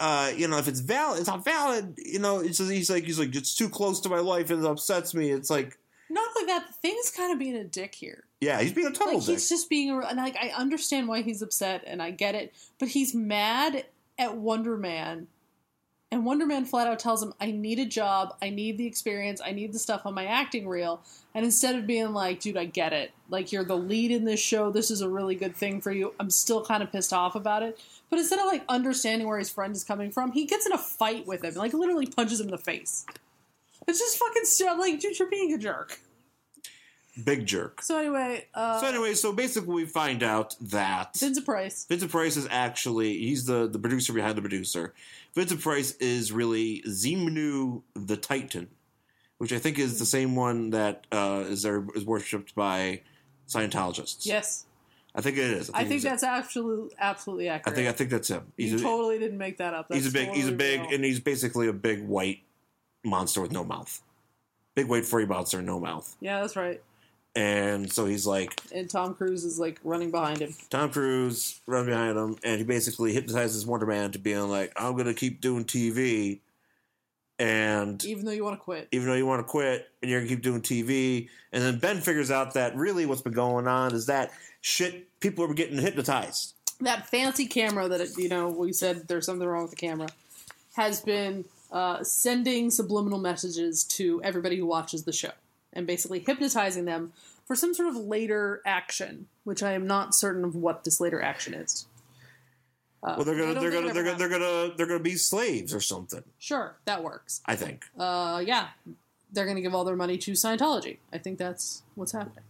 Speaker 2: Uh, you know, if it's valid, it's not valid. You know, it's just, he's like he's like it's too close to my life and it upsets me. It's like
Speaker 3: Not only that, the thing's kind of being a dick here.
Speaker 2: yeah, he's being a total
Speaker 3: Like
Speaker 2: dick.
Speaker 3: he's just being, and like I understand why he's upset, and I get it, but he's mad at Wonder Man, and Wonder Man flat out tells him, "I need a job, I need the experience, I need the stuff on my acting reel." And instead of being like, "Dude, I get it, like you're the lead in this show, this is a really good thing for you," I'm still kind of pissed off about it. But instead of like understanding where his friend is coming from, he gets in a fight with him, like literally punches him in the face. It's just fucking stu- I'm like, dude, you're being a jerk.
Speaker 2: Big jerk.
Speaker 3: So anyway, uh,
Speaker 2: So anyway, so basically we find out that
Speaker 3: Vincent Price.
Speaker 2: Vincent Price is actually he's the the producer behind the producer. Vincent Price is really Zemnu the Titan, which I think is the same one that uh, is there is worshipped by Scientologists.
Speaker 3: Yes,
Speaker 2: I think it is.
Speaker 3: I think
Speaker 2: he's-
Speaker 3: that's absolutely absolutely
Speaker 2: I
Speaker 3: accurate.
Speaker 2: think I think that's him. He's
Speaker 3: you
Speaker 2: a,
Speaker 3: totally didn't make that up.
Speaker 2: he's a
Speaker 3: That's
Speaker 2: big he's a
Speaker 3: totally
Speaker 2: big
Speaker 3: real.
Speaker 2: and he's basically a big white monster with no mouth, big white furry monster no mouth,
Speaker 3: yeah, that's right.
Speaker 2: and so he's like
Speaker 3: And Tom Cruise is like running behind him.
Speaker 2: Tom Cruise runs behind him, and he basically hypnotizes Wonder Man to being like, "I'm gonna keep doing TV," and
Speaker 3: Even though you want to quit,
Speaker 2: even though you want to quit, and you're gonna keep doing TV, and then Ben figures out that really what's been going on is that shit people are getting hypnotized.
Speaker 3: that fancy camera that it, you know we said there's something wrong with the camera has been uh, sending subliminal messages to everybody who watches the show and basically hypnotizing them for some sort of later action, which I am not certain of what this later action is. Uh,
Speaker 2: Well, they're
Speaker 3: I
Speaker 2: gonna
Speaker 3: don't
Speaker 2: they're
Speaker 3: think
Speaker 2: gonna
Speaker 3: it
Speaker 2: they're gonna
Speaker 3: ever
Speaker 2: they're gonna they're gonna be slaves or something.
Speaker 3: happened. sure that works.
Speaker 2: I think.
Speaker 3: uh, yeah, they're going to give all their money to Scientology. I think that's what's happening.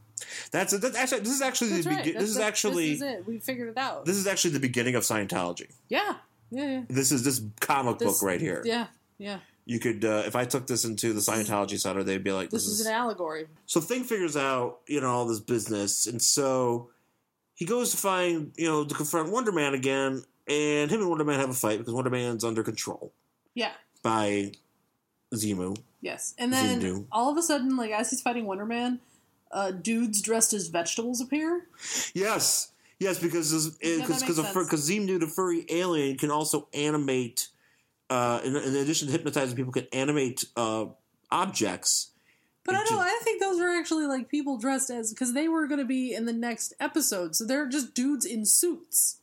Speaker 2: That's that's actually this is actually
Speaker 3: That's
Speaker 2: the
Speaker 3: right.
Speaker 2: begin
Speaker 3: That's-
Speaker 2: this is
Speaker 3: that's-
Speaker 2: actually
Speaker 3: this is it. We figured it out.
Speaker 2: this is actually the beginning of Scientology.
Speaker 3: yeah, yeah, yeah.
Speaker 2: This is this comic
Speaker 3: This-
Speaker 2: book right here.
Speaker 3: Yeah, yeah.
Speaker 2: You could uh, if I took this into the Scientology Center, they'd be like,
Speaker 3: This, is, an allegory.
Speaker 2: So Thing figures out, you know, all this business, and so he goes to find, you know, to confront Wonder Man again, and him and Wonder Man have a fight because Wonder Man's under control
Speaker 3: Yeah.
Speaker 2: by Zemu.
Speaker 3: Yes. And
Speaker 2: This is
Speaker 3: then
Speaker 2: new.
Speaker 3: all of a sudden, like as he's fighting Wonder Man, uh, dudes dressed as vegetables appear.
Speaker 2: Yes, yes, because
Speaker 3: Yeah, that
Speaker 2: because because
Speaker 3: makes sense.
Speaker 2: because Zemu, the furry alien, can also animate. Uh, in, in addition to hypnotizing people, can animate uh, objects.
Speaker 3: But I
Speaker 2: It
Speaker 3: don't.
Speaker 2: just-
Speaker 3: I think those were actually like people dressed as because they were going to be in the next episode. So they're just dudes in suits.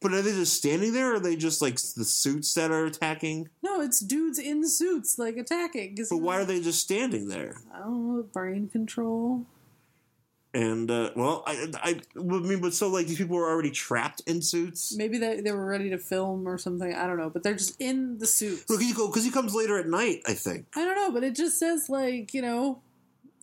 Speaker 2: But are they just standing there? Or are they just like the suits that are attacking?
Speaker 3: No, it's dudes in suits like attacking. 'cause
Speaker 2: But
Speaker 3: he
Speaker 2: why are
Speaker 3: was-
Speaker 2: they just standing there?
Speaker 3: I don't know. Brain control.
Speaker 2: And uh, well, I, I, I mean, but so like these people were already trapped in suits.
Speaker 3: Maybe they, they were ready to film or something. I don't know, but they're just in the suits.
Speaker 2: Look, he go because he comes later at night. I think.
Speaker 3: I don't know, but it just says like you know,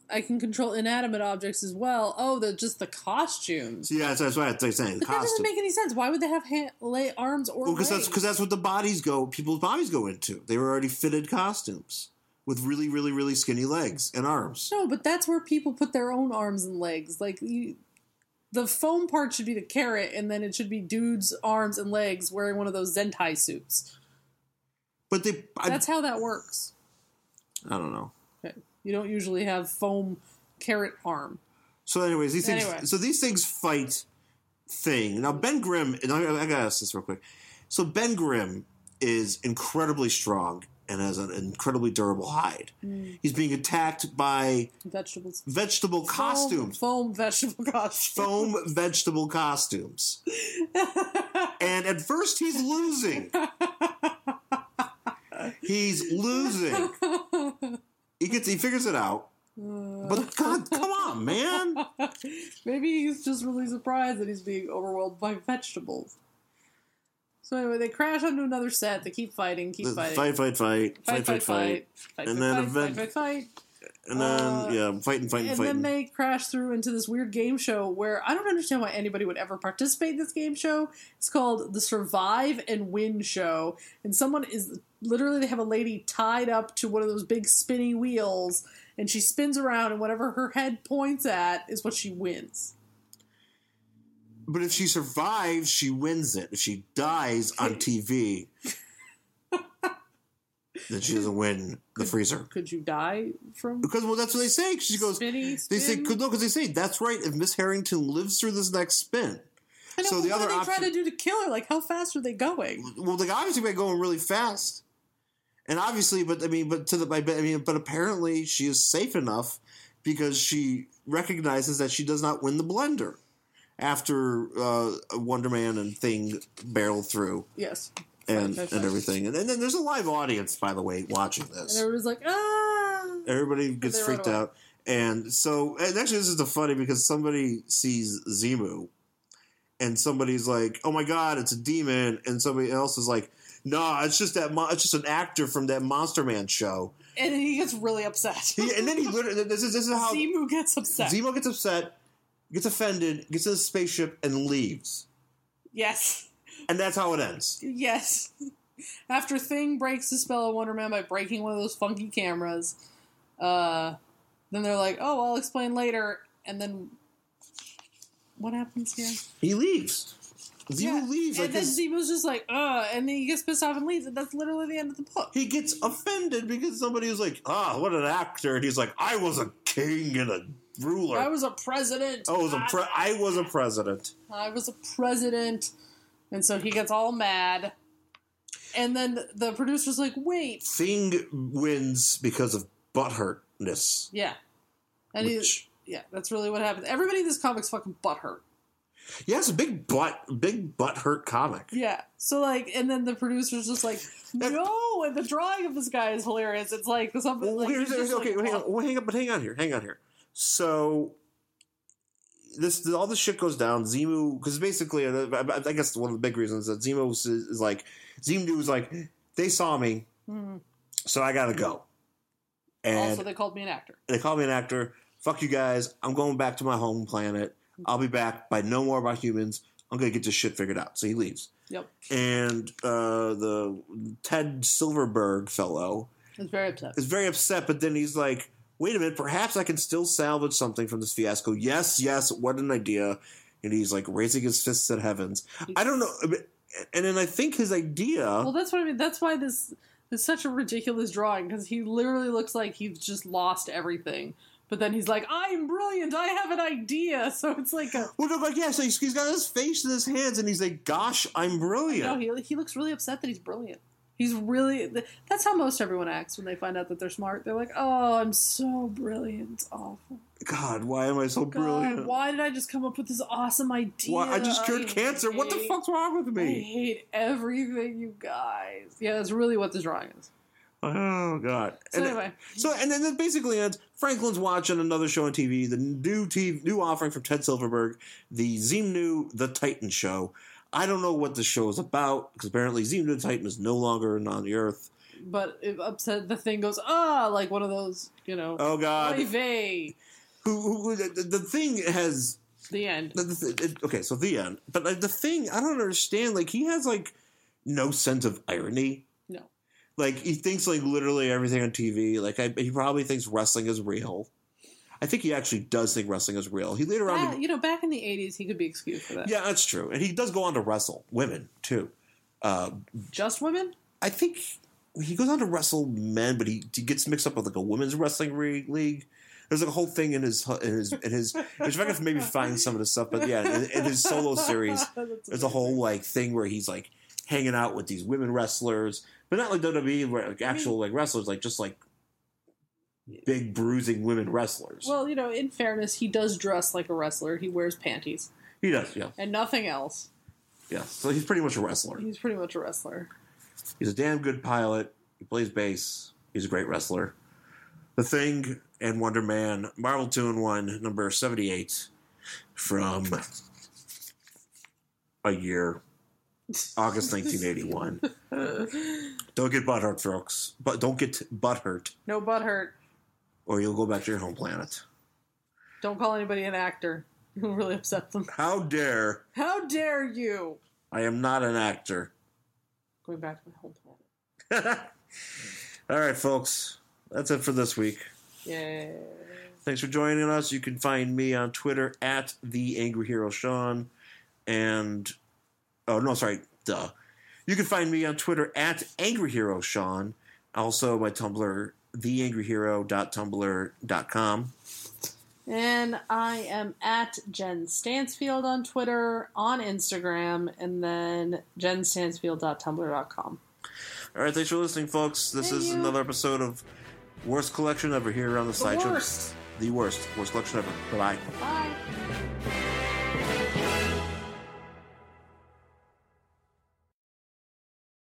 Speaker 3: I can control inanimate objects as well. Oh, they're just the costumes.
Speaker 2: So, yeah, that's, that's what I'm saying. The
Speaker 3: But that doesn't
Speaker 2: costume.
Speaker 3: make any sense. Why would they have hand, lay arms or
Speaker 2: Because that's
Speaker 3: legs?
Speaker 2: because that's what the bodies go. People's bodies go into. They were already fitted costumes with really, really, really skinny legs and arms.
Speaker 3: no, but that's where people put their own arms and legs. Like you, the foam part should be the carrot, and then it should be dudes' arms and legs wearing one of those zentai suits.
Speaker 2: But they, I,
Speaker 3: That's how that works.
Speaker 2: I don't know.
Speaker 3: Okay. You don't usually have foam carrot arm.
Speaker 2: So, anyways, these things.
Speaker 3: Anyway.
Speaker 2: So these things fight thing. Now Ben Grimm, and I, I gotta ask this real quick. So Ben Grimm is incredibly strong and has an incredibly durable hide. He's being attacked by
Speaker 3: Vegetables.
Speaker 2: vegetable costumes,
Speaker 3: *laughs* Foam, foam vegetable costume.
Speaker 2: foam vegetable costumes, and at first he's losing. he's losing. He gets he figures it out. But God, come on, man.
Speaker 3: Maybe he's just really surprised that he's being overwhelmed by vegetables. So anyway, they crash onto another set. They keep fighting, keep
Speaker 2: Fight,
Speaker 3: fighting,
Speaker 2: fight, fight, fight, fight, fight,
Speaker 3: fight,
Speaker 2: And
Speaker 3: fight,
Speaker 2: then
Speaker 3: fight,
Speaker 2: event-
Speaker 3: fight, fight, fight.
Speaker 2: and then
Speaker 3: Uh,
Speaker 2: yeah, fighting, fighting,
Speaker 3: And
Speaker 2: fighting.
Speaker 3: then they crash through into this weird game show where I don't understand why anybody would ever participate in this game show. It's called the Survive and Win Show, and someone is literally they have a lady tied up to one of those big spinny wheels, and she spins around, and whatever her head points at is what she wins.
Speaker 2: But if she survives, she wins it. If she dies
Speaker 3: *laughs*
Speaker 2: on TV, then she doesn't win the freezer.
Speaker 3: Could you die from
Speaker 2: Because well, that's what they say. She goes.
Speaker 3: spinny
Speaker 2: They
Speaker 3: spin?
Speaker 2: say no, because they say that's right. If Miss Harrington lives through this next spin,
Speaker 3: I know,
Speaker 2: so
Speaker 3: but
Speaker 2: the
Speaker 3: what
Speaker 2: other
Speaker 3: are they
Speaker 2: option-
Speaker 3: trying to do to kill her? Like, how fast are they going?
Speaker 2: well, they obviously by going really fast, and obviously, but I mean, but to the, I mean, but apparently she is safe enough because she recognizes that she does not win the blender after uh, Wonder Man and Thing barrel through.
Speaker 3: Yes.
Speaker 2: and,
Speaker 3: Fight,
Speaker 2: and
Speaker 3: fight, fight.
Speaker 2: everything. And, then- then there's a live audience, by the way, watching
Speaker 3: And
Speaker 2: this.
Speaker 3: everybody's like, ah.
Speaker 2: Everybody gets
Speaker 3: they run
Speaker 2: freaked
Speaker 3: away.
Speaker 2: out. And so, and actually, this is the funny because somebody sees Zemu, and somebody's like, "Oh my god, it's a demon!" And somebody else is like, "Nah, it's just that. Mo- it's just an actor from that Monster Man show."
Speaker 3: And then he gets really upset.
Speaker 2: He, and
Speaker 3: *laughs*
Speaker 2: then he literally, this is this is how
Speaker 3: Zemu gets upset.
Speaker 2: Zemo gets upset, gets offended, gets in the spaceship, and leaves.
Speaker 3: yes.
Speaker 2: And that's how it ends.
Speaker 3: Yes. After Thing breaks the spell of Wonder Man by breaking one of those funky cameras, uh, then they're like, oh, I'll explain later. And then what happens here?
Speaker 2: He leaves. Zemo
Speaker 3: Yeah.
Speaker 2: leaves.
Speaker 3: And
Speaker 2: like
Speaker 3: then
Speaker 2: his-
Speaker 3: Zemu's just like, ugh. And then he gets pissed off and leaves. And that's literally the end of the book.
Speaker 2: he gets offended because somebody was like, "Ah, what an actor," and he's like, "I was a king and a ruler.
Speaker 3: I was a president. Ah,
Speaker 2: I Oh, was a pre- I was a president."
Speaker 3: I was a president. And so he gets all mad. And then the producer's like, wait.
Speaker 2: Thing wins because of butthurtness,
Speaker 3: Yeah. And he,
Speaker 2: which
Speaker 3: yeah, that's really what happened. Everybody in this comic's fucking butthurt.
Speaker 2: yeah, it's a big butt, big butthurt comic.
Speaker 3: Yeah. So like, and then the producer's
Speaker 2: *laughs*
Speaker 3: just like, no. And the drawing of this guy is hilarious. It's like something.
Speaker 2: Well,
Speaker 3: like,
Speaker 2: here's,
Speaker 3: he's
Speaker 2: here's-
Speaker 3: just, like, "Oh."
Speaker 2: okay, hang on, well, hang on, but hang on here, hang on here. So this all this shit goes down. Zemu, because basically, uh, I I guess one of the big reasons that Zemu is, is like Zemu is like they saw me,
Speaker 3: Mhm.
Speaker 2: so I gotta go. And
Speaker 3: Also, they called me an actor.
Speaker 2: they called me an actor. Fuck you guys. I'm going back to my home planet. I'll be back by no more about humans. I'm gonna get this shit figured out. So he leaves.
Speaker 3: Yep.
Speaker 2: And uh, the Ted Silverberg fellow
Speaker 3: I was very upset.
Speaker 2: is very upset, but then he's like, wait a minute, perhaps I can still salvage something from this fiasco. Yes, yes, what an idea. And he's like raising his fists at heavens. I don't know. but- And then I think his idea.
Speaker 3: Well, that's what I mean. That's why this is such a ridiculous drawing because he literally looks like he's just lost everything. But then he's like, "I'm brilliant. I have an idea." *laughs* So it's like, a,
Speaker 2: well, no, like, yeah, so he's, he's got his face in his hands and he's like, gosh, I'm brilliant.
Speaker 3: no, he he looks really upset that he's brilliant. He's really that's how most everyone acts when they find out that they're smart. They're like, "Oh, I'm so brilliant. Awful.
Speaker 2: God, why am I so
Speaker 3: God,
Speaker 2: brilliant?
Speaker 3: why did I just come up with this awesome idea?
Speaker 2: Why, I just cured cancer. What the
Speaker 3: hate-
Speaker 2: fuck's wrong with
Speaker 3: I
Speaker 2: me?
Speaker 3: hate everything, you guys. Yeah, that's really what the drawing is.
Speaker 2: Oh god.
Speaker 3: So
Speaker 2: and
Speaker 3: anyway,
Speaker 2: so and then it basically ends. Franklin's watching another show on TV, the new TV, new offering from Ted Silverberg, the Zemnu the Titan show. I don't know what the show is about because apparently Zemnu the Titan is no longer on the Earth.
Speaker 3: but it upset the thing goes ah like one of those you know
Speaker 2: Oh god,
Speaker 3: oy vey.
Speaker 2: who, who, who the, the thing has
Speaker 3: the end.
Speaker 2: the, the, it, okay. So the end, but like, the thing I don't understand. Like he has like no sense of irony.
Speaker 3: No,
Speaker 2: like he thinks like literally everything on TV. Like I, he probably thinks wrestling is real. I think he actually does think wrestling is real. He later on,
Speaker 3: That- you know, back in the eighties, he could be excused for that.
Speaker 2: yeah, that's true, and he does go on to wrestle women too. Uh,
Speaker 3: Just women. *laughs*
Speaker 2: I think he goes on to wrestle men, but he, he gets mixed up with like a women's wrestling re- league. There's like a whole thing in his in his in his. Which I can maybe find some of the stuff, but yeah, in, in his solo series,
Speaker 3: That's
Speaker 2: there's a whole like thing where he's like hanging out with these women wrestlers, but not like WWE, where like actual like wrestlers, like just like big bruising women wrestlers.
Speaker 3: Well, you know, in fairness, he does dress like a wrestler. He wears panties
Speaker 2: he does, yeah.
Speaker 3: and nothing else.
Speaker 2: Yeah, so he's pretty much a wrestler.
Speaker 3: He's pretty much a wrestler.
Speaker 2: He's a damn good pilot. He plays bass. He's a great wrestler. The Thing and Wonder Man, Marvel 2 and 1, number 78, from a year, August 1981. don't get butthurt, folks. But don't get butthurt,
Speaker 3: No butt hurt.
Speaker 2: or you'll go back to your home planet.
Speaker 3: Don't call anybody an actor. You'll really upset them. *laughs*
Speaker 2: How dare
Speaker 3: How dare you?
Speaker 2: I am not an actor.
Speaker 3: Going back to my home planet.
Speaker 2: All right, folks. That's it for this week.
Speaker 3: Yay.
Speaker 2: Thanks for joining us. You can find me on Twitter at the Angry Hero Sean, and oh no, sorry, duh. You can find me on Twitter at Angry Hero Sean. Also, my Tumblr theangryhero.tumblr.com.
Speaker 3: And I am at Jen Stansfield on Twitter, on Instagram, and then jenstansfield.tumblr.com.
Speaker 2: All right, thanks for listening, folks. This
Speaker 3: Thank
Speaker 2: is
Speaker 3: you.
Speaker 2: another episode of worst collection ever here on the,
Speaker 3: The
Speaker 2: sideshow.
Speaker 3: worst.
Speaker 2: The worst, worst collection ever. Bye.
Speaker 3: Bye.